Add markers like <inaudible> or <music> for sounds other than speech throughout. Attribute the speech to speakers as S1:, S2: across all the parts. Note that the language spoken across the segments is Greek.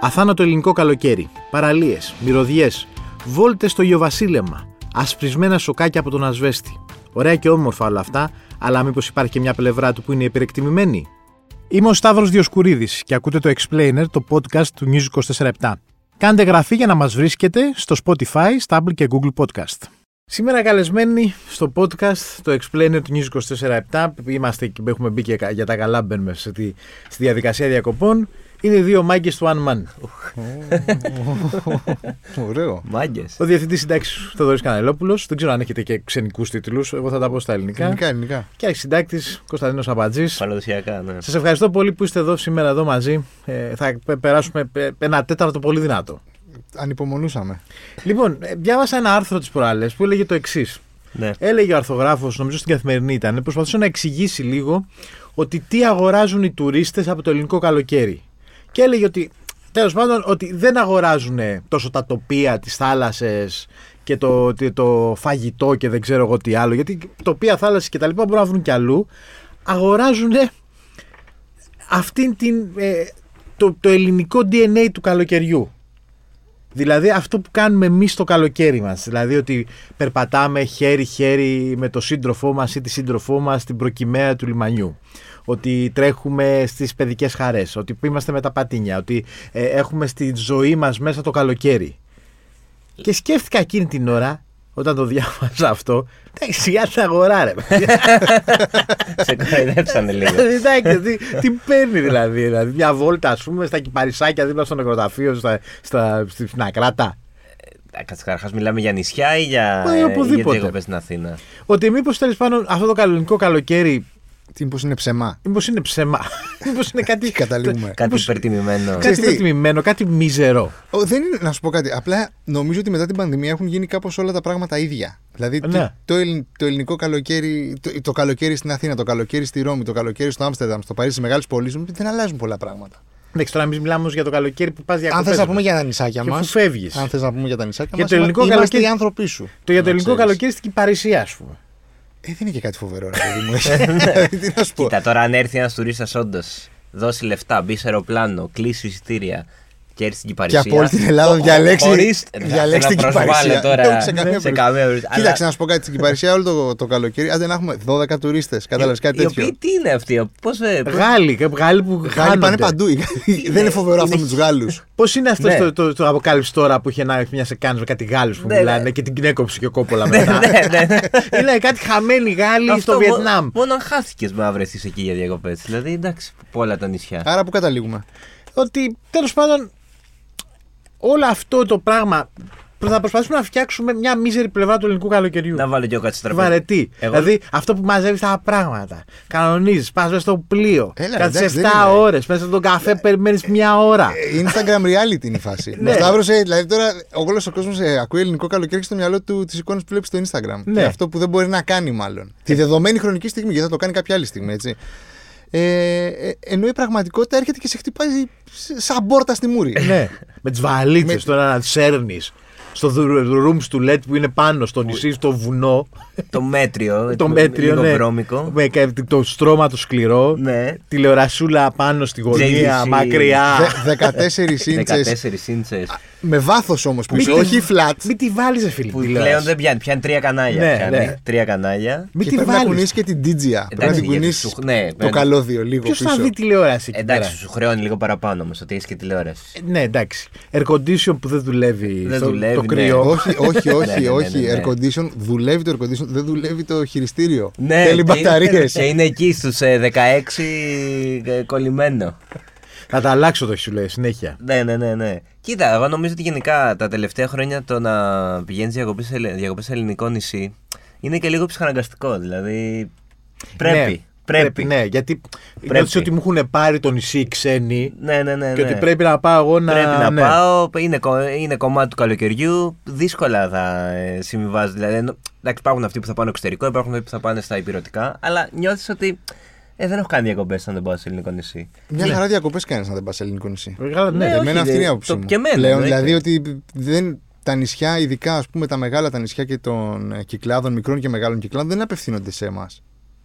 S1: Αθάνατο ελληνικό καλοκαίρι, παραλίες, μυρωδιές, βόλτες στο Ιωβασίλεμα, ασπρισμένα σοκάκια από τον ασβέστη. Ωραία και όμορφα όλα αυτά, αλλά μήπως υπάρχει και μια πλευρά του που είναι υπερεκτιμημένη. Είμαι ο Σταύρος Διοσκουρίδης και ακούτε το Explainer, το podcast του News 24 Κάντε γραφή για να μας βρίσκετε στο Spotify, Stable και Google Podcast. Σήμερα καλεσμένοι στο podcast το Explainer του News 24-7. Είμαστε και έχουμε μπει και για τα καλά μπαίνουμε στη, στη διαδικασία διακοπών. Είναι οι δύο μάγκες του One Man.
S2: Ωραίο.
S3: Μάγκες.
S1: Ο διευθυντής συντάξης Θοδωρή Κανελόπουλο. Δεν ξέρω αν έχετε και ξενικούς τίτλους. Εγώ θα τα πω στα ελληνικά.
S2: Ελληνικά, ελληνικά.
S1: Και συντάκτης Κωνσταντίνος Αμπατζή.
S3: Παραδοσιακά, ναι.
S1: Σας ευχαριστώ πολύ που είστε εδώ σήμερα εδώ μαζί. Ε, θα πε- περάσουμε πε- ένα τέταρτο πολύ δυνατό.
S2: Ανυπομονούσαμε.
S1: Λοιπόν, ε, διάβασα ένα άρθρο της προάλλε που έλεγε το εξής.
S3: ναι.
S1: Έλεγε ο αρθογράφο, νομίζω στην καθημερινή ήταν, προσπαθούσε να εξηγήσει λίγο ότι τι αγοράζουν οι τουρίστες από το ελληνικό καλοκαίρι. Και έλεγε ότι τέλος πάντων ότι δεν αγοράζουν τόσο τα τοπία, τις θάλασσες και το, τι- το φαγητό και δεν ξέρω εγώ τι άλλο. Γιατί τοπία, θάλασσες και τα λοιπά μπορούν να βρουν κι αλλού. Αγοράζουν ε, αυτήν την. ε, το, το ελληνικό DNA του καλοκαιριού. Δηλαδή αυτό που κάνουμε εμείς το καλοκαίρι μας. Δηλαδή ότι περπατάμε χέρι-χέρι με το σύντροφό μας ή τη σύντροφό μας στην προκυμαία του λιμανιού. Ότι τρέχουμε στις παιδικές χαρές. Ότι είμαστε με τα πατίνια. Ότι ε, έχουμε στη ζωή μας μέσα το καλοκαίρι. Και σκέφτηκα εκείνη την ώρα, όταν το διάβαζα αυτό, εντάξει, σιγά την αγορά, ρε.
S3: <laughs> Σε
S2: <laughs>
S3: κοροϊδέψανε λίγο.
S1: Δηλαδή, εντάξει, τι, τι παίρνει δηλαδή, δηλαδή. Μια βόλτα, ας πούμε, στα κυπαρισάκια δίπλα στο νεκροταφείο, στα, στα, στην Ακράτα.
S3: Καταρχάς, μιλάμε για νησιά ή
S2: Ε,
S3: για.
S1: Μα, ή οπουδήποτε.
S3: Για διακοπές στην Αθήνα.
S1: Ότι μήπως τέλος πάντων αυτό το κανονικό καλοκαίρι.
S2: Τι μήπως είναι ψεμά.
S1: Μήπως είναι ψέμα. <laughs> μήπως είναι κάτι.
S2: Τι καταλήγουμε.
S3: Κάτι
S1: Μήπως-
S3: υπερτιμημένο.
S1: κάτι
S2: Ξέρεις τι?
S1: υπερτιμημένο, κάτι μίζερο.
S2: Ο, δεν είναι, να σου πω κάτι. Απλά νομίζω ότι μετά την πανδημία έχουν γίνει κάπως όλα τα πράγματα ίδια. Δηλαδή
S1: Ναι.
S2: το, το, ελλην- το ελληνικό καλοκαίρι, το, το καλοκαίρι στην Αθήνα, το καλοκαίρι στη Ρώμη, το καλοκαίρι στο Άμστερνταμ, στο Παρίσι, στι μεγάλες πόλεις, δεν αλλάζουν πολλά πράγματα.
S1: Εντάξει, τώρα εμείς μιλάμε όμως για το καλοκαίρι Ε, που πας
S2: Αν
S1: διακοπές.
S2: θες να πούμε για τα νησάκια
S1: Και
S2: μα.
S1: αφού φεύγεις.
S2: Αν θες να πούμε για τα νησάκια
S1: Για
S2: μας.
S1: το ελληνικό
S2: είμαστε
S1: καλοκαίρι-
S2: οι άνθρωποι σου.
S1: Το για το
S2: Να
S1: ελληνικό
S2: ξέρεις.
S1: καλοκαίρι στην Κυπαρισία, ας πούμε.
S2: Ε, δεν είναι και κάτι φοβερό, ρε παιδί
S1: <laughs>
S2: μου. Δηλαδή, Τι να σου πω.
S3: Κοίτα, τώρα αν έρθει ένας τουρίστας, όντως δώσει λεφτά, μπει σε αεροπλάνο, κλείσει εισιτήρια και έρθει
S2: Και
S3: στην Κυπαρισία.
S2: από όλη την Ελλάδα διαλέξει,
S3: Χωρίς-
S2: <laughs> διαλέξει την
S3: Θέλω να
S2: Κυπαρισία. <laughs>
S3: προσβάλλω Τώρα,
S2: σε καμία
S3: σε
S2: περίπτωση.
S3: καμία περίπτωση.
S2: Κοίταξε
S3: Αλλά-
S2: να σου πω κάτι στην Κυπαρισία όλο το, το καλοκαίρι. Άντε να έχουμε 12 τουρίστε. Κατάλαβες κάτι
S3: Οι
S2: τέτοιο.
S3: οποίοι τι είναι αυτοί, πώς.
S1: Γάλλοι, κα- Γάλλοι που
S2: Γάλλοι πάνε
S1: χάνονται.
S2: παντού. οι Γάλλοι. <laughs> Δεν είναι φοβερό αυτό με τους Γάλλους.
S1: Πώς είναι αυτό
S3: Ναι.
S1: το, το, το αποκάλυψη τώρα που είχε ένα, μια σε κάνεις με κάτι Γάλλους που
S3: Ναι,
S1: μιλάνε
S3: ναι.
S1: και την κνέκοψε και ο κόπολα μετά.
S3: Ναι, ναι, ναι.
S1: <laughs> Είναι κάτι χαμένοι Γάλλοι
S3: Αυτό
S1: στο
S3: μο-
S1: Βιετνάμ.
S3: Μόνο αν χάθηκες να βρεθείς εκεί για διακοπές. Δηλαδή εντάξει, πολλά τα νησιά.
S2: Άρα που καταλήγουμε.
S1: ότι τέλος πάντων όλο αυτό το πράγμα θα προσπαθήσουμε να φτιάξουμε μια μίζερη πλευρά του ελληνικού καλοκαιριού.
S3: Να βάλω και εγώ κάτι στο τραπέζι.
S1: Βαρετή.
S3: Εγώ-
S1: Δηλαδή αυτό που μαζεύεις τα πράγματα. Κανονίζεις, πας στο πλοίο.
S2: Έλα,
S1: Κάτσε
S2: εντάξει,
S1: 7
S2: δεν είναι.
S1: ώρες. Μέσα στον καφέ περιμένεις μια ώρα.
S2: Ε, Instagram reality είναι η φάση.
S1: Ναι.
S2: Μα σταύρωσε, δηλαδή τώρα όλο ο κόσμος ακούει ελληνικό καλοκαίρι και στο μυαλό του τις εικόνες που βλέπει στο Instagram.
S1: Ναι.
S2: Και αυτό που δεν μπορεί να κάνει μάλλον.
S3: Ε.
S2: Τη δεδομένη χρονική στιγμή, γιατί θα το κάνει κάποια άλλη στιγμή, έτσι. Ε, ε, ενώ η πραγματικότητα έρχεται και σε χτυπάει σ- σαν πόρτα στη μούρη.
S1: ναι. Με τις βαλίτσες
S2: ε, Με-
S1: τώρα να σέρνει στο room του LED που είναι πάνω στο νησί, στο βουνό.
S3: Το μέτριο.
S1: Το
S3: με-
S1: μέτριο,
S3: λίγο
S1: ναι.
S3: βρώμικο.
S1: Με κα- το στρώμα το σκληρό.
S3: Ναι.
S1: Τηλεορασούλα πάνω στη γωνία,
S3: JVC.
S1: μακριά.
S2: Δε- 14
S3: <laughs>
S2: ίντσε
S3: 14 ίντσες.
S2: με βάθος όμως
S1: Μη
S2: πίσω,
S1: τη-
S2: όχι flat.
S1: Μην τη βάλεις, φίλε.
S3: Που
S1: τηλεόραση.
S3: πλέον δεν πιάνει. Πιάνει τρία κανάλια.
S1: Ναι,
S3: πιάνει.
S1: ναι.
S3: Τρία κανάλια.
S1: Μην
S2: και
S1: τη
S2: πρέπει να
S1: βάλεις.
S2: κουνήσεις και την Τζίτζια. Πρέπει να
S3: Εντάξει,
S2: την
S3: γιατί
S2: κουνήσεις
S3: σου- ναι,
S2: το
S3: πρέπει-
S2: καλώδιο λίγο
S1: Ποιος θα
S2: πίσω.
S1: δει τηλεόραση εκεί
S3: Εντάξει,
S1: πέρα.
S3: σου χρεώνει λίγο παραπάνω όμως ότι έχεις και τηλεόραση.
S1: Ε, Ναι, εντάξει. Air condition που δεν δουλεύει,
S3: Δεν
S1: στο,
S3: δουλεύει,
S1: το
S3: ναι.
S1: κρύο.
S2: όχι, όχι,
S3: <laughs> Ναι, ναι,
S2: όχι,
S3: ναι,
S2: όχι.
S3: ναι, ναι.
S2: Air condition, δουλεύει το air condition, δεν δουλεύει το χειριστήριο.
S1: Ε,
S3: Ναι,
S2: Θέλει
S3: και είναι-
S2: μπαταρίες.
S3: Και είναι εκεί στους 16 ε, κολλημένο.
S1: Θα τα αλλάξω το σου λέει συνέχεια.
S3: Ναι, ναι, ναι, ναι. Κοίτα, εγώ νομίζω ότι γενικά τα τελευταία χρόνια το να πηγαίνεις διακοπές σε, ελε- διακοπές σε ελληνικό νησί είναι και λίγο ψυχαναγκαστικό. Δηλαδή. Πρέπει.
S1: Ναι,
S3: πρέπει.
S1: Ναι, γιατί νιώθεις ότι μου έχουν πάρει το νησί οι ξένοι
S3: Ναι, ναι, ναι.
S1: και ότι
S3: ναι.
S1: πρέπει να πάω εγώ να.
S3: Πρέπει να
S1: ναι.
S3: πάω. Είναι, κο- είναι κομμάτι του καλοκαιριού. Δύσκολα θα ε, συμβιβάζω. Δηλαδή, ενώ- εντάξει, υπάρχουν αυτοί που θα πάνε εξωτερικό, υπάρχουν αυτοί που θα πάνε στα υπηρετικά. Αλλά νιώθεις ότι ε, δεν έχω κάνει διακοπές όταν δεν πάω σε ελληνικό νησί.
S2: Μια χαρά διακοπές κάνεις να δεν πας σε ελληνικό νησί.
S1: Ε, καλά, ναι.
S3: Ναι, όχι,
S2: Εμένα αυτή
S3: δε-
S2: είναι η άποψή
S3: το-
S2: μου.
S3: και εμένα,
S2: Πλέον,
S3: εννοείται.
S2: δηλαδή ότι δεν, τα νησιά, ειδικά ας πούμε, τα μεγάλα τα νησιά και των ε, κυκλάδων, μικρών και μεγάλων κυκλάδων, δεν απευθύνονται σε εμάς.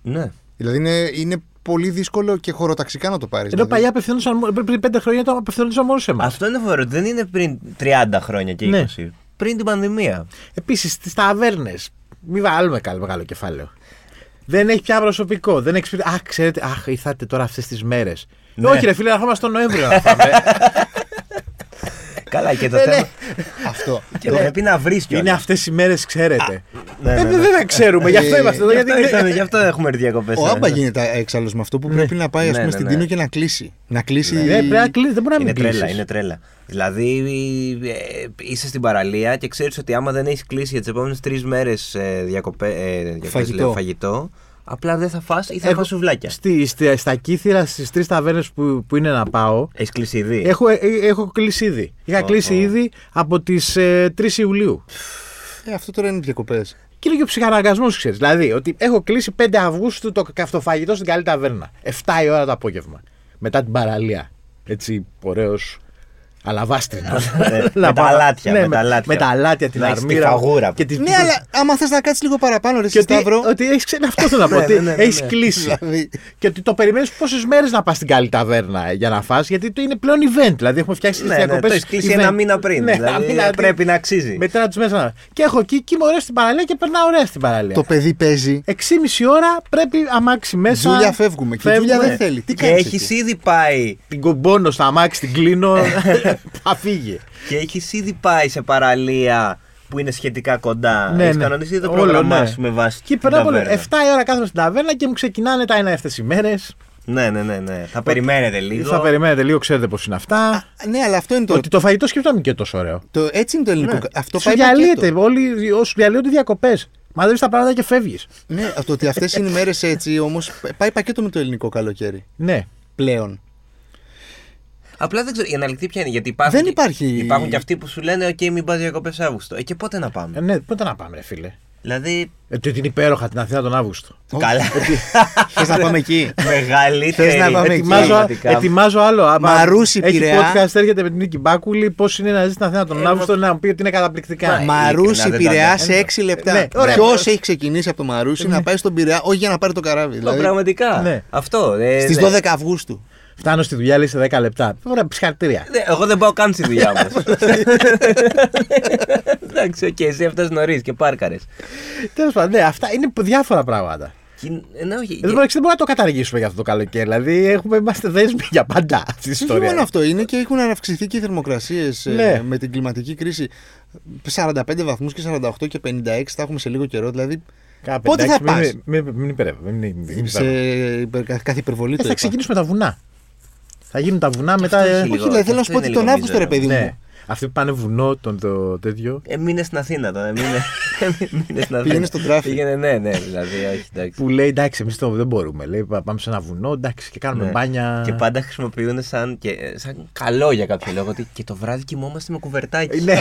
S3: Ναι.
S2: Δηλαδή είναι, είναι πολύ δύσκολο και χωροταξικά να το Δηλαδή, πάρει.
S3: Δηλαδή-
S1: Ενώ παλιά απευθυνόντουσαν μόνο- πριν πέντε χρόνια το απευθυνόντουσαν μόνο σε εμάς.
S3: Αυτό είναι φοβερό. Δεν είναι πριν 30 χρόνια και 20.
S1: Ναι.
S3: Πριν την πανδημία.
S1: Επίσης τι ταβέρνε. Μην βάλουμε καλό μεγάλο κεφάλαιο. Δεν έχει πια προσωπικό. Δεν έχει... Α, ξέρετε, αχ, ήρθατε τώρα αυτές τις μέρες.
S3: Ναι.
S1: Όχι, ρε φίλε, ερχόμαστε τον Νοέμβριο να
S3: <laughs>
S1: πάμε.
S3: Καλά, και το
S1: Δεν
S3: θέμα.
S1: έχει-
S2: Αυτό.
S3: Και πρέπει να βρεις
S1: Είναι αυτές οι μέρες, ξέρετε.
S3: ναι,
S1: Ε,
S3: ναι,
S1: Δεν τα ξέρουμε, γι' αυτό
S2: Ε,
S1: είμαστε εδώ.
S3: Γι' αυτό,
S1: γιατί-
S3: ήρθαμε, γι' αυτό έχουμε έρθει ναι. διακοπέ.
S2: Ο Άμπα γίνεται έξαλλο με αυτό που πρέπει να πάει ας
S3: Ναι,
S2: πούμε,
S3: ναι,
S2: στην
S3: ναι.
S2: Τίνο και να κλείσει. Να κλείσει.
S1: Ναι, πρέπει να κλείσει, δεν μπορεί να
S3: Είναι
S1: μην
S3: τρέλα,
S1: κλείσει.
S3: είναι τρέλα. Δηλαδή ε, είσαι στην παραλία και ξέρεις ότι άμα δεν έχεις κλείσει για τις επόμενες τρεις μέρες διακοπέ, ε, διακοπές,
S2: Φαγητό.
S3: λέω, φαγητό, απλά δεν θα φας ή θα
S1: Έχω-
S3: φας σουβλάκια.
S1: Στη, στη- στα κύθυρα, στις τρεις ταβέρνες που, που είναι να πάω,
S3: Έχεις κλείσει ήδη.
S1: έχω, ε, έχω κλείσει ήδη. Είχα
S3: Ω,
S1: κλείσει
S3: ω.
S1: ήδη από τις 3 Ιουλίου.
S2: Ε, αυτό τώρα είναι διακοπές.
S1: Και είναι και ο ψυχαναγκασμός, ξέρεις. Δηλαδή, ότι έχω κλείσει 5 Αυγούστου το καυτοφαγητό στην καλή ταβέρνα. 7 η ώρα το απόγευμα. Μετά την παραλία. Έτσι, ωραίος. Αλαβάστρινο.
S3: Ναι, <laughs> με τα αλάτια, με τα αλάτια.
S1: Με τα αλάτια, την
S3: Να έχεις τη
S1: αρμύρα.
S3: φαγούρα.
S1: Και τις-
S2: Ναι, αλλά άμα θες να κάτσεις λίγο παραπάνω, ρε
S1: Και ότι,
S2: Σταύρο.
S1: ότι έχεις, ξέρει, αυτό θέλω να πω.
S3: Ναι,
S1: ότι
S3: ναι, ναι, ναι,
S1: έχεις
S3: ναι.
S1: κλείσει.
S2: Δηλαδή,
S1: και ότι το περιμένεις πόσες μέρες να πας στην καλή ταβέρνα ε, για να φας γιατί το είναι πλέον event. Δηλαδή έχουμε φτιάξει τις
S3: Ναι, ναι,
S1: διακοπέ.
S3: το έχεις κλείσει ένα μήνα πριν,
S1: Ναι,
S3: δηλαδή, πρέπει να αξίζει.
S1: Μετά τους μέσα. Και έχω εκεί και είμαι ωραία στην παραλία και περνάω ωραία στην παραλία.
S2: το παιδί παίζει.
S1: 6,5 ώρα πρέπει αμάξι μέσα.
S2: Τζούλια φεύγουμε. Και η
S1: Φεύγουμε.
S2: Τζούλια δεν θέλει. Τι
S3: και
S2: κάνεις
S3: έχεις
S2: εκεί?
S3: ήδη πάει.
S1: Την κομπώνω στα αμάξι, την κλείνω.
S3: Ε.
S1: θα φύγει.
S3: Και έχεις ήδη πάει σε παραλία που είναι σχετικά κοντά.
S1: Ναι,
S3: Ναι, Έχεις
S1: ναι.
S3: κανονίσει ήδη το
S1: Όλο,
S3: πρόγραμμά
S1: ναι.
S3: σου με βάση.
S1: Και
S3: την
S1: περνάω πολύ. 7
S3: ταβέρνα.
S1: η ώρα κάθομαι στην ταβέρνα και μου ξεκινάνε τα ένα αυτέ οι μέρε.
S3: Ναι, ναι, ναι, ναι. Θα περιμένετε λίγο.
S1: Θα περιμένετε λίγο, ξέρετε πώς είναι αυτά.
S2: Ναι, αλλά αυτό είναι το.
S1: Ότι το φαγητό σκεφτόμουν και τόσο ωραίο.
S2: το- Έτσι είναι το ελληνικό. κα- Αυτό
S1: Σου λοιπόν.
S2: πάει
S1: διαλύεται.
S2: πακέτο.
S1: Όλοι όσοι διαλύονται διακοπές. Μαζεύει τα πράγματα και φεύγεις.
S2: Ναι, το ότι αυτές είναι οι μέρες έτσι όμως πάει πακέτο με το ελληνικό καλοκαίρι.
S1: Ναι.
S2: Πλέον.
S3: Απλά δεν ξέρω, η αναλυτή ποια είναι. Γιατί υπάρχουν,
S2: Δεν
S3: και-
S2: υπάρχει-
S3: υπάρχουν και αυτοί που σου λένε: OK, μην πας διακοπές Αύγουστο. Ε, και πότε να πάμε.
S1: Ε, ναι, πότε να πάμε, ρε φίλε.
S3: Δηλαδή.
S1: Ε, το- την υπέροχα την Αθήνα τον Αύγουστο.
S3: Καλά.
S1: <laughs>
S2: Θε
S1: Ναι.
S2: να πάμε εκεί.
S3: Μεγαλύτερη.
S2: Θες να πάμε εκεί.
S1: Ετοιμάζω,
S3: Ε, πραγματικά.
S1: ετοιμάζω άλλο. άμα
S2: Μαρούσι,
S1: έχει
S2: Πειραιά.
S1: podcast, έρχεται με την Νίκη Μπάκουλη. Πώς είναι να ζεις στην Αθήνα τον
S3: Ε,
S1: Αύγουστο, να μου πει ότι είναι καταπληκτικά.
S3: Μα-
S2: Μαρούσι
S3: ειλικρινά, δεν
S2: Πειραιά
S3: τα
S2: σε 6 λεπτά.
S1: Ναι, ωραία.
S2: Ποιος έχει ξεκινήσει από το Μαρούσι να πάει στον Πειραιά, όχι για να πάρει το καράβι.
S3: Το
S2: Δηλαδή,
S3: πραγματικά.
S1: Ναι.
S3: Αυτό. ε,
S2: Στις
S3: δε-
S2: 12 Αυγούστου.
S1: Φτάνω στη δουλειά, λέει σε 10 λεπτά. Ωραία,
S3: <laughs>
S1: ψυχαρτήρια.
S3: δε- εγώ δεν πάω καν στη
S2: <laughs>
S3: δουλειά μου. Εντάξει, οκ, εσύ έφτασε νωρί και πάρκαρες.
S1: Τέλος πάντων, ναι, αυτά είναι διάφορα πράγματα.
S3: Ναι,
S2: Ε,
S3: όχι.
S1: Εδώ μεταξύ Ε, δεν μπορούμε να το καταργήσουμε για αυτό το καλοκαίρι. Δηλαδή, έχουμε, είμαστε δέσμοι για πάντα <laughs> στην
S2: Όχι μόνο
S1: ιστορία.
S2: αυτό, είναι και έχουν αυξηθεί και οι θερμοκρασίες
S1: Ναι.
S2: με την κλιματική κρίση. 45 βαθμούς και 48 και 56 θα έχουμε σε λίγο καιρό. Δηλαδή,
S1: Κάπου,
S2: πότε θα
S1: εντάξει,
S2: πας.
S1: μην- Μην μην υπερεύω. μην- μην- μην υπερεύω.
S2: Σε υπερ- κα- κάθε υπερβολή
S1: Ε,
S2: το
S1: θα
S2: είπα.
S1: ξεκινήσουμε τα βουνά. Θα γίνουν τα βουνά μετά.
S3: έχει
S1: ε,
S3: λίγο.
S2: Όχι, δηλαδή θέλω να σου
S3: Αυτό
S2: πω ότι
S3: είναι
S2: τον
S3: λίγο
S2: Αύγουστο, ρε
S3: μίζερο.
S2: παιδί
S1: Ναι.
S2: μου.
S1: Αυτοί που πάνε βουνό, τον το τέτοιο.
S3: Ε, μείνε στην Αθήνα
S2: <laughs>
S3: τώρα. Μείνε, μείνε στην Αθήνα.
S2: Πήγαινε στον τράφι.
S3: Πήγαινε, ναι, ναι, δηλαδή, όχι, εντάξει.
S1: Που λέει εντάξει, εμείς το δεν μπορούμε. Λέει πα- πάμε σε ένα βουνό, εντάξει, και κάνουμε
S3: Ναι.
S1: μπάνια.
S3: Και πάντα χρησιμοποιούν σαν, και, ε, σαν καλό για κάποιο λόγο ότι και το βράδυ κοιμόμαστε με
S1: Ε,
S3: κουβερτάκι. <laughs>
S1: Ναι,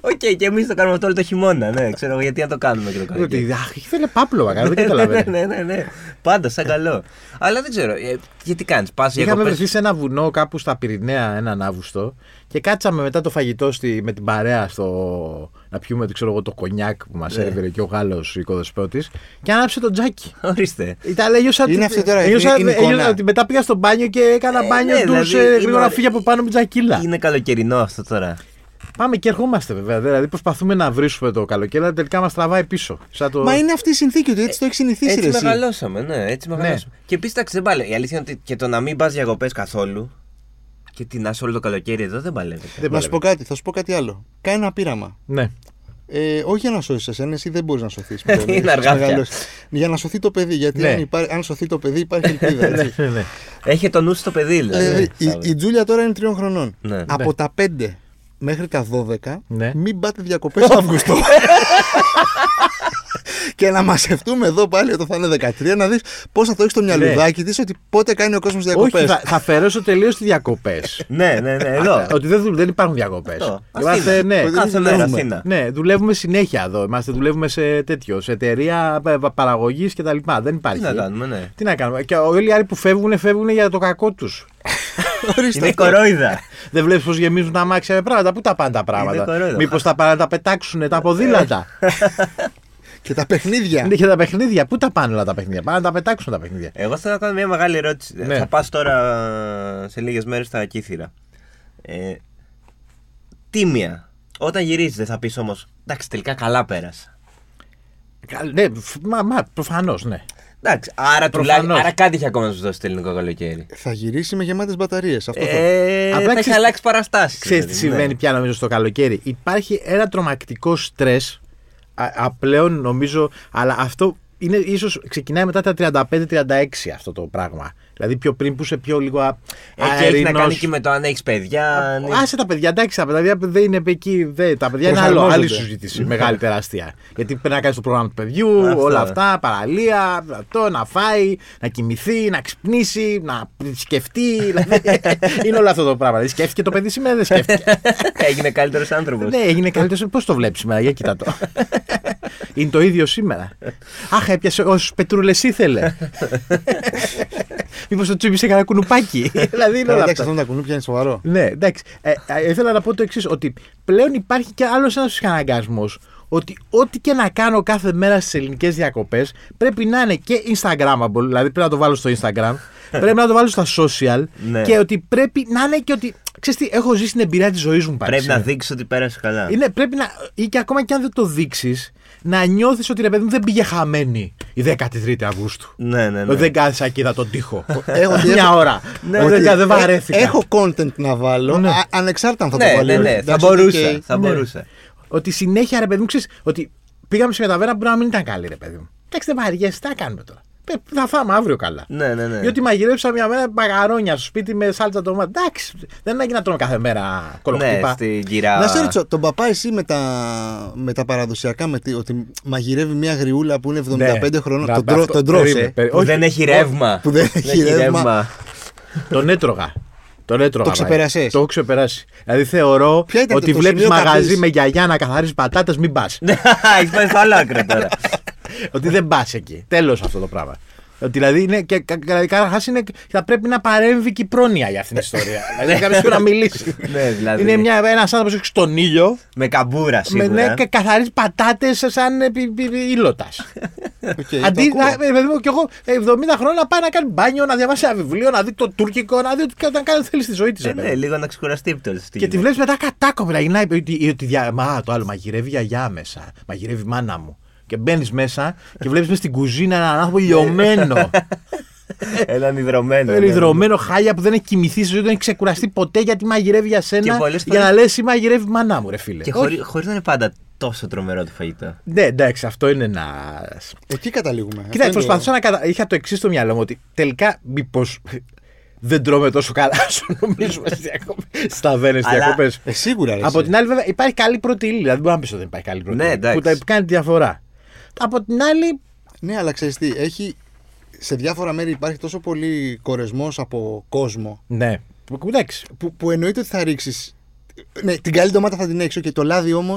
S3: Οκ, και εμείς το κάνουμε αυτό όλο το χειμώνα. Ναι, ξέρω εγώ γιατί να το κάνουμε και το κάνουμε.
S1: ότι αχ, ήθελε πάπλωμα, καλά, δεν
S3: ναι,
S1: καταλαβαίνω.
S3: <laughs> ναι, ναι, ναι. Πάντα σαν καλό. Αλλά δεν ξέρω. ε, γιατί κάνεις, πας για
S1: Είχαμε βρεθεί σε ένα βουνό κάπου στα Πυρηναία έναν Αύγουστο και κάτσαμε μετά το φαγητό στη, με την παρέα στο, να πιούμε το, ξέρω εγώ, το κονιάκ που
S3: Ναι.
S1: μα έφερε και ο Γάλλος οικοδεσπότης και άναψε τον τζάκι.
S3: <laughs> Ορίστε.
S1: Ήταν, λέει, νιώσα,
S2: Είναι
S1: ότι-
S2: αυτό τώρα,
S1: νιώσα-
S2: είναι- είναι
S1: νιώσα
S2: εικόνα.
S1: ότι μετά πήγα στο μπάνιο και έκανα
S3: Ε,
S1: μπάνιο
S3: ναι,
S1: ντους,
S3: δηλαδή,
S1: ε,
S3: είναι
S1: γρήγορα να
S3: ωραία.
S1: φύγει από πάνω με τζακίλα.
S3: Είναι καλοκαιρινό αυτό τώρα.
S1: Πάμε και ερχόμαστε βέβαια. Δηλαδή προσπαθούμε να βρίσκουμε το καλοκαίρι, αλλά τελικά μας τραβάει πίσω. Σαν το...
S2: Μα είναι αυτή η συνθήκη ότι έτσι το έχεις
S1: Ε,
S2: συνηθίσει ρε
S3: Έτσι
S2: εσύ.
S3: μεγαλώσαμε, ναι, έτσι μεγαλώσαμε. Και επίσης, εντάξει, δεν πάλε. Η αλήθεια είναι ότι και το να μην πας διακοπές καθόλου και τι να είσαι όλο το καλοκαίρι εδώ δεν παλεύει.
S1: Δεν
S2: Να σου
S1: παλεύει.
S2: πω κάτι, θα σου πω κάτι άλλο. Κάνε ένα πείραμα.
S1: Ναι.
S2: Ε, όχι για να σώσεις εσένα, εσύ δεν μπορείς να σωθείς.
S1: <laughs>
S3: Είναι αργά πια.
S2: Για να σωθεί το παιδί, γιατί
S1: Ναι.
S2: αν, υπά- αν σωθεί το παιδί υπάρχει ελπίδα. έτσι.
S1: <laughs> ναι, ναι.
S3: Έχει το νου στο παιδί,
S1: Ε,
S2: Δηλαδή,
S3: δηλαδή.
S2: η, η Τζούλια τώρα είναι τριών χρονών.
S3: Ναι.
S2: Από τα 5 μέχρι τα 12,
S1: Ναι.
S2: μην πάτε διακοπές Αύγουστο. και να μαζευτούμε εδώ πάλι όταν θα είναι 13, να δεις πώς θα το έχεις στο μυαλουδάκι τη ότι πότε κάνει ο κόσμος διακοπέ.
S1: Όχι, θα, θα αφαιρέσω τελείως τις διακοπές.
S3: Ναι, ναι, ναι, εδώ.
S1: ότι δεν, δου- δεν υπάρχουν διακοπές.
S3: Αυτό.
S1: Είμαστε,
S3: Αθήνα.
S1: ναι.
S3: Κάθε μέρα
S2: δουλεύουμε.
S3: Αθήνα.
S1: Ναι, δουλεύουμε συνέχεια εδώ. Είμαστε, δουλεύουμε σε τέτοιο, σε εταιρεία παραγωγή κτλ. Δεν
S3: Τι
S1: υπάρχει.
S3: να κάνουμε, ναι.
S1: Τι να κάνουμε. Και όλοι οι άλλοι που φεύγουν, φεύγουν για το κακό τους.
S2: <laughs> Ορίστε
S3: Είναι
S2: αυτό.
S3: κορόιδα.
S1: Δεν βλέπεις πώς γεμίζουν τα μάξια με πράγματα. Πού τα πάνε τα
S3: κορόιδο. <laughs> Ε.
S1: πράγματα. Μήπως τα πάνε να τα πετάξουν τα ποδήλατα.
S2: και τα παιχνίδια.
S1: Είναι και τα παιχνίδια. Πού τα πάνε όλα τα παιχνίδια. Πάνε να τα πετάξουν τα παιχνίδια.
S3: Εγώ θέλω να κάνω μια μεγάλη ερώτηση.
S1: Ναι.
S3: Θα πας τώρα ε, σε λίγες μέρες στα Κύθυρα. Ε, τίμια. Όταν γυρίζεις δεν θα πεις όμως, εντάξει τελικά καλά πέρασα.
S1: Κα- Ναι, φ- μα, μα προφανώς, ναι.
S3: Εντάξει, άρα,
S1: Προφανώς.
S3: τουλάχιστον, άρα κάτι είχε ακόμα να σου δώσει το ελληνικό καλοκαίρι.
S2: θα γυρίσει με γεμάτες μπαταρίες. Αυτό θα.
S3: Ε,
S1: Απλά
S3: θα έχει
S1: ξέρεις-
S3: αλλάξει παραστάσεις.
S1: Ξέρεις τι
S3: δηλαδή,
S1: συμβαίνει πια νομίζω στο καλοκαίρι. Υπάρχει ένα τρομακτικό στρες α- απλέον νομίζω, αλλά αυτό είναι ίσως ξεκινάει μετά τα 35-36 αυτό το πράγμα. Δηλαδή πιο πριν που είσαι πιο λίγο α,
S3: Ε, και έχει να
S1: αερινός.
S3: κάνει και με το αν έχεις παιδιά. αν έχεις-
S1: Άσε τα παιδιά, εντάξει, τα παιδιά δεν είναι εκεί. Δεν, τα παιδιά είναι άλλο,
S2: Προσαρμόζονται.
S1: άλλη συζήτηση. μεγάλη τεράστια. Γιατί πρέπει να κάνεις το πρόγραμμα του παιδιού,
S3: Αυτό.
S1: όλα αυτά, παραλία, αυτό, να φάει, να κοιμηθεί, να ξυπνήσει, να σκεφτεί. δηλαδή, <laughs> είναι όλο αυτό το πράγμα. Δηλαδή, σκέφτηκε το παιδί σήμερα, δεν
S2: <laughs>
S1: σκέφτηκε.
S3: <laughs> Έγινε καλύτερος άνθρωπος.
S1: ναι, έγινε καλύτερος. Πώς το βλέπεις σήμερα, για κοίτα
S2: <laughs>
S1: το. είναι το ίδιο σήμερα. Αχ, έπιασε όσε πετρούλες ήθελε.
S2: <laughs>
S1: Μήπως το τσούμπησε κανένα
S2: <laughs>
S1: κουνουπάκι. δηλαδή είναι όλα
S2: Καλά, Ε, εντάξει,
S1: αυτά.
S2: αυτό με τα κουνούπια είναι σοβαρό.
S1: Ναι, εντάξει. Ε, ε, ήθελα να πω το εξής: Ότι πλέον υπάρχει και άλλος ένας ψυχαναγκασμό. Ότι ό,τι και να κάνω κάθε μέρα στις ελληνικές διακοπές πρέπει να είναι και Instagrammable, δηλαδή πρέπει να το βάλω στο Instagram, πρέπει να το βάλω στα social
S3: Ναι.
S1: και ότι πρέπει να είναι και ότι. Ξέρεις τι, έχω ζήσει την εμπειρία της ζωής μου πάλι.
S3: Πρέπει να δείξεις ότι πέρασε καλά.
S1: Ναι. Είναι, πρέπει να. ή και ακόμα και αν δεν το δείξεις, να νιώθεις ότι ρε παιδί μου δεν πήγε χαμένη η 13η Αυγούστου.
S3: Ναι, ναι, ναι.
S1: Δεν κάθισα εκεί, είδα τον τοίχο.
S2: Έχω-
S1: μια ώρα.
S2: Ναι,
S1: δεν,
S2: ότι
S1: δεν βαρέθηκα.
S2: ε- Έχω content να βάλω,
S1: Ναι.
S2: α- ανεξάρτητα αν θα το
S3: Ναι,
S2: βάλω.
S3: ναι, ναι. Θα
S2: Εντάξει,
S3: μπορούσε.
S2: οκ.
S3: Θα
S1: Ναι.
S3: μπορούσε.
S1: Ότι συνέχεια ρε παιδί μου, ξέρεις ότι πήγαμε σε καταβέρα που μπορεί να μην ήταν καλή, ρε παιδί μου. Εντάξει, δεν βαριέσαι, τι να κάνουμε τώρα. Πε- Θα φάμε αύριο καλά.
S3: Ναι, ναι, ναι.
S1: Διότι μαγειρέψα μια μέρα μακαρόνια στο σπίτι με σάλτσα ντομάτα. Εντάξει, δεν είναι να τρώμε κάθε μέρα κολοκύπα.
S3: Ναι, στην κυρά.
S2: Να σε ρωτήσω, τον παπά εσύ με τα, με τα παραδοσιακά, με τη, ότι μαγειρεύει μια γριούλα που είναι 75 χρονών.
S1: Ναι. Να-
S2: Τον, τρώ,
S1: αυτό-
S2: τον τρώσε.
S1: περίμενε, περί-
S3: Που
S1: Ε, όχι,
S3: δεν έχει ρεύμα.
S2: που δεν έχει ρεύμα.
S1: Τον έτρωγα. Τον έτρωγα.
S2: Το
S1: μάλλον.
S2: ξεπεράσες.
S1: Το έχω ξεπεράσει. Δηλαδή θεωρώ
S2: Ποια ήταν
S1: ότι
S2: το
S1: βλέπεις
S2: σημείο
S1: μαγαζί
S2: καμπής?
S1: με γιαγιά να καθαρίζεις πατάτες, μην πας.
S3: <laughs> Έχεις πάει στο άλλο άκρο τώρα.
S1: ότι δεν πας εκεί. Τέλος αυτό το πράγμα. Ότι δηλαδή είναι, και κα- κα- καταρχάς είναι, θα πρέπει να παρέμβει και η πρόνοια για αυτήν την
S3: <laughs>
S1: ιστορία. δηλαδή κάποιος πρέπει να μιλήσει.
S3: Ναι, δηλαδή.
S1: Είναι μια, ένας άνθρωπος έξω στον ήλιο,
S3: Με καμπούρα
S1: με, ναι,
S3: σίγουρα. Ε,
S1: και καθαρίζει πατάτες σαν ε, επι- επι- επι-
S3: <laughs>
S1: ήλωτας. <laughs>
S2: Οκ,
S1: Αντί
S2: το ακούω.
S1: να, ε, παιδί μου, κι εγώ ε, 70 χρόνια να πάει να κάνει μπάνιο, να διαβάσει ένα βιβλίο, να δει το τουρκικό, να δει ότι όταν κάνει θέλει στη ζωή της.
S3: Ε, ναι, λίγο να ξεκουραστεί η πτώση.
S1: Και τη βλέπεις μετά κατάκοπη να γυρνάει. Ότι, ότι δια, μα, το άλλο μαγειρεύει η γιαγιά μέσα. Μαγειρεύει η μάνα μου. Και μπαίνεις μέσα και βλέπεις μέσα στην κουζίνα έναν άνθρωπο
S3: <laughs>
S1: λιωμένο.
S3: Έναν ιδρωμένο. ναι.
S1: Ριδρωμένο χάλια που δεν έχει κοιμηθεί, στη ζωή του, δεν έχει ξεκουραστεί ποτέ γιατί μαγειρεύει για
S3: Και
S1: σένα.
S3: πολλές
S1: Για να
S3: φορές-
S1: λες ή μαγειρεύει η μάνα μου, ρε φίλε.
S3: Και
S1: Όχι.
S3: χωρίς να είναι πάντα τόσο τρομερό το φαγητό.
S1: Ναι, εντάξει, αυτό είναι ένα.
S2: Εκεί καταλήγουμε. Αυτό είναι
S1: Κοίτα,
S2: το-
S1: προσπαθούσα να κατα... Είχα το εξής στο μυαλό μου ότι τελικά μήπως δεν τρώμε τόσο καλά όσο νομίζουμε στις διακοπές. Στα βένε
S3: Αλλά-
S1: διακοπές.
S2: Ε, σίγουρα. ρε,
S1: Από
S2: εσύ.
S1: την άλλη, βέβαια, υπάρχει καλή πρώτη ύλη. Δηλαδή, δεν μπορεί να πεις ότι δεν υπάρχει καλή πρώτη
S3: Ναι,
S1: ύλη.
S3: εντάξει.
S1: Που τα κάνει τη διαφορά. Από την άλλη,
S2: Ναι, αλλά ξέρεις τι, έχει. Σε διάφορα μέρη υπάρχει τόσο πολύ κορεσμός από κόσμο
S1: ναι. που- Εντάξει.
S2: που, που εννοείται ότι θα ρίξεις. Ναι, την καλή ντομάτα θα την έχεις. Και το λάδι όμω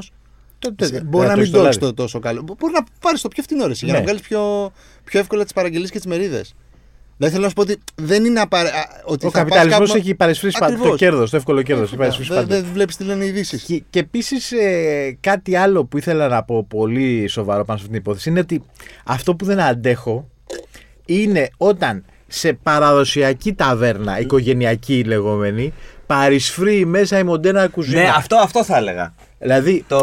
S1: το- το- δεν
S3: ε,
S2: μπορεί
S1: θα
S2: να
S1: τρώεις
S2: μην
S1: το
S2: το
S1: λάδι.
S2: έχει τόσο καλό. Μπο- Μπορεί να πάρεις το πιο φθηνό ρε, εσύ, για να
S1: Ναι.
S2: βγάλεις πιο, πιο εύκολα τις παραγγελίες και τις μερίδες. Δηλαδή θέλω να σου πω ότι δεν είναι απαρα... α, ότι
S1: Ο
S2: θα πας
S1: καπιταλισμός
S2: κάπου-
S1: έχει παρεσφρήσει πα- το
S2: Ακριβώς.
S1: κέρδος, το εύκολο κέρδος.
S2: Φυσικά. Δεν βλέπεις τι λένε οι ειδήσεις.
S1: Και, και επίσης κάτι άλλο που ήθελα να πω πολύ σοβαρό πάνω σε αυτήν την υπόθεση είναι ότι αυτό που δεν αντέχω είναι όταν σε παραδοσιακή ταβέρνα, οικογενειακή λεγόμενη, παρισφρεί μέσα η μοντέρνα κουζίνα.
S3: Ναι, αυτό, αυτό θα έλεγα.
S1: Δηλαδή,
S3: Το.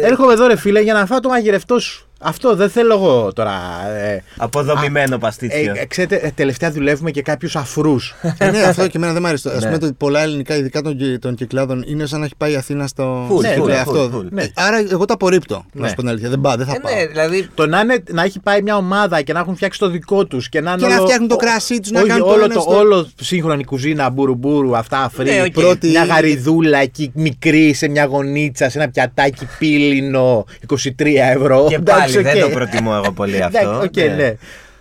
S1: Ε,
S3: Ε,
S1: έρχομαι εδώ ρε φίλε για να φάω το μαγειρευτό σου. Αυτό δεν θέλω εγώ τώρα. Ε,
S3: Αποδομημένο παστίτσιο.
S1: ε, ε, ξέρετε, ε, τελευταία δουλεύουμε και κάποιους αφρούς.
S2: <laughs> Ε, ναι, αυτό και εμένα δεν μου αρέσει. Α
S3: Ναι.
S2: πούμε ότι πολλά ελληνικά, ειδικά των, κυ- των κυκλάδων, είναι σαν να έχει πάει η Αθήνα στο.
S3: Full,
S2: στην
S1: full,
S2: κυκλάδα.
S3: full,
S2: αυτό.
S3: full.
S2: Ε, Άρα εγώ τα απορρίπτω. Να
S1: Ναι.
S2: σου πω την αλήθεια. Δεν, πά, δεν θα
S3: Ε,
S2: πάω.
S3: ναι, δηλαδή.
S1: το να, είναι, να έχει πάει μια ομάδα και να έχουν φτιάξει το δικό τους και να, είναι
S2: Και να
S1: όλο-
S2: φτιάχνουν το
S1: ο-
S2: κρασί τους, να
S1: όχι,
S2: κάνουν το
S1: όλο
S2: ένα
S1: το,
S2: στο-
S1: όλο σύγχρονη κουζίνα, μπουρουμπουρου, αυτά αφρί.
S3: Ναι, οκ.
S2: Πρώτη-
S1: Μια γαριδούλα εκεί μικρή σε μια γονίτσα, σε ένα πιατάκι πύλινο 23 ευρώ.
S3: Και
S1: Εντάξει,
S3: πάλι δεν
S1: οκ.
S3: το προτιμώ εγώ πολύ αυτό.
S1: Εντάξει, οκ,
S3: Ναι.
S1: ναι.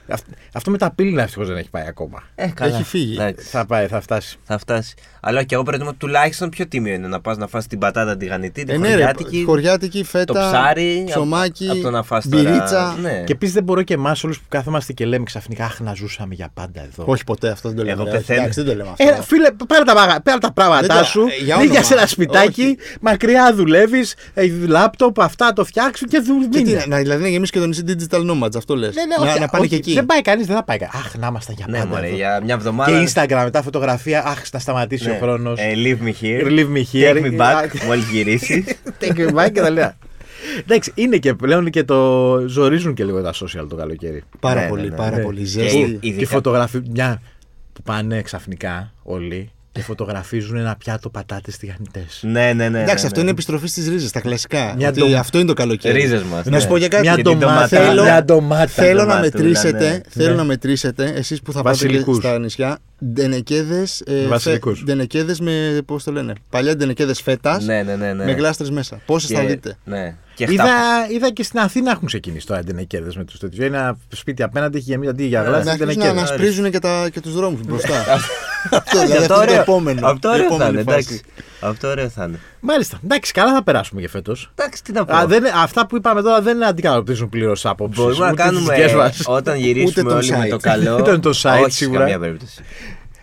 S1: Αυτ- Αυτό με τα πύληνα ευτυχώς δεν έχει πάει ακόμα.
S3: Ε, καλά.
S2: Έχει φύγει.
S3: Εντάξει,
S1: Θα πάει, θα φτάσει.
S3: Θα φτάσει. Αλλά και εγώ προτιμώ τουλάχιστον πιο τίμιο είναι να πας να φας την πατάτα τη γανιτή, τη
S2: Ε, ναι, ρε,
S3: χωριάτικη,
S2: χωριάτικη, φέτα,
S3: το ψάρι, απ-
S2: ψωμάκι,
S3: απ' το να φας τώρα.
S2: μπυρίτσα.
S3: Ναι.
S1: Και επίσης δεν μπορώ και εμάς όλους που κάθομαστε και λέμε ξαφνικά Αχ, να ζούσαμε για πάντα εδώ.
S2: Όχι ποτέ αυτό δεν το λέμε.
S3: Εδώ
S2: ρε.
S3: πεθαίνω.
S2: Εντάξει, δεν το λέμε αυτό.
S1: Ε, φίλε, πάρε τα, μαγα- πάρε τα
S2: Δεν
S1: πράγματά
S2: τα-
S1: σου,
S2: ε, για
S1: δίκια
S2: όνομα.
S1: σε ένα σπιτάκι,
S2: Όχι.
S1: μακριά δουλεύεις, λάπτοπ, αυτά το φτιάξουν και
S2: Και τι,
S1: δουλεύει.
S2: να, δηλαδή να γεμίσεις και το νησί digital nomads, αυτό λες.
S1: Ναι, ναι,
S2: να,
S1: όχι,
S2: να πάνε
S1: όχι,
S2: και εκεί.
S1: Δεν πάει κανείς, δεν θα πάει κανεί. Αχ, να ήμασταν για
S3: Ναι,
S1: πάντα.
S3: μωρέ,
S1: εδώ.
S3: για μια εβδομάδα.
S1: Και Instagram, μετά φωτογραφία, αχ, να σταματήσει ο
S3: Ναι.
S1: χρόνος.
S3: Ε, leave me here.
S1: Leave me here.
S2: Ε,
S3: Take me back. Μόλι γυρίσει.
S1: Take me back και τα λέω. Εντάξει, είναι και πλέον και το ζορίζουν και λίγο τα social το καλοκαίρι.
S2: Πάρα
S3: Ναι,
S2: πολύ,
S3: ναι, ναι,
S2: πάρα
S1: ναι.
S2: πολύ.
S1: Που-
S2: Ζέστη.
S3: ειδικά-
S1: Και φωτογραφία. Μια που πάνε ξαφνικά όλοι και φωτογραφίζουν ένα πιάτο πατάτες τηγανιτές.
S3: ναι, ναι,
S2: Εντάξει,
S3: ναι. ναι,
S2: αυτό
S3: ναι.
S2: είναι επιστροφή στις ρίζες, τα κλασικά.
S1: Μια
S2: Ότι
S1: ντομα-
S2: Αυτό είναι το καλοκαίρι.
S3: Ρίζες μας,
S2: Να
S3: ναι.
S2: σου πω για κάτι.
S1: Μια
S2: Γιατί
S1: ντομάτα.
S2: θέλω-
S1: Μια ντομάτα.
S2: Θέλω να
S3: ντομάτουλα,
S2: μετρήσετε,
S3: ναι.
S2: θέλω
S1: Ναι.
S2: να μετρήσετε εσείς που θα πάτε και
S1: Βασιλικούς.
S2: στα νησιά. Ντενεκέδες, ε,
S1: Βασιλικούς.
S2: φε- ντενεκέδες με, πώς το λένε, παλιά ντενεκέδες φέτας
S3: Ναι, ναι, ναι. ναι.
S2: με γλάστρες μέσα. Πόσες
S3: Και-
S2: θα δείτε.
S3: Ναι. Και χτάπ-
S1: Είδα, είδα και στην Αθήνα έχουν ξεκινήσει τώρα αντενεκέδε με τους τέτοιους. Ένα σπίτι απέναντι έχει γεμίσει αντί για
S2: να
S1: γλάσια
S2: αρχίσουν να
S1: αντενεκέδε.
S2: ανασπρίζουν και, τα, και τους δρόμους μπροστά. αυτό, δηλαδή, αυτό
S3: Αυτό
S2: είναι το
S3: ωραίο.
S2: επόμενο.
S3: Αυτό ωραίο θα
S2: επόμενη
S3: είναι.
S2: φάση.
S3: εντάξει. Αυτό ωραίο θα είναι.
S1: Μάλιστα. Εντάξει, καλά θα περάσουμε για φέτος.
S3: Εντάξει, τι να πω.
S1: Αυτά που είπαμε τώρα δεν αντικατοπτρίζουν πλήρως άποψη.
S3: Μπορούμε να κάνουμε όταν γυρίσουμε
S2: τον
S3: όλοι με
S2: site.
S3: το καλό.
S1: Ούτε το site,
S3: όχι, σε
S1: σίγουρα.
S3: Καμία περίπτωση.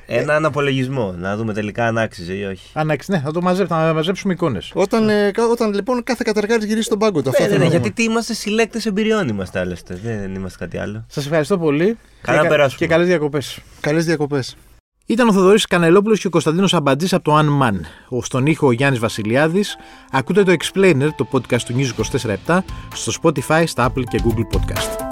S3: Έναν απολογισμό, να δούμε τελικά αν άξιζε ή όχι.
S1: Ανάξει, ναι, θα το μαζέψουμε, θα μαζέψουμε εικόνες.
S2: Όταν, ε, κα- όταν λοιπόν κάθε καταργάρι γυρίσει στον πάγκο του. αυτό
S3: Ναι, ναι,
S2: θέλω
S3: ναι,
S2: να
S3: γιατί
S2: πω.
S3: τι είμαστε συλλέκτες εμπειριών είμαστε άλλωστε. Δεν είμαστε κάτι άλλο.
S1: Σας ευχαριστώ πολύ.
S3: Καλά
S1: και,
S3: περάσουμε.
S1: Και καλές διακοπές.
S2: Καλές διακοπές.
S1: Ήταν ο Θοδωρής Κανελόπουλος και ο Κωνσταντίνος Αμπατζής από το One Man. Ο στον ήχο ο Γιάννης Βασιλιάδης. Ακούτε το Explainer, το podcast του News 24-7, στο Spotify, στα Apple και Google Podcast.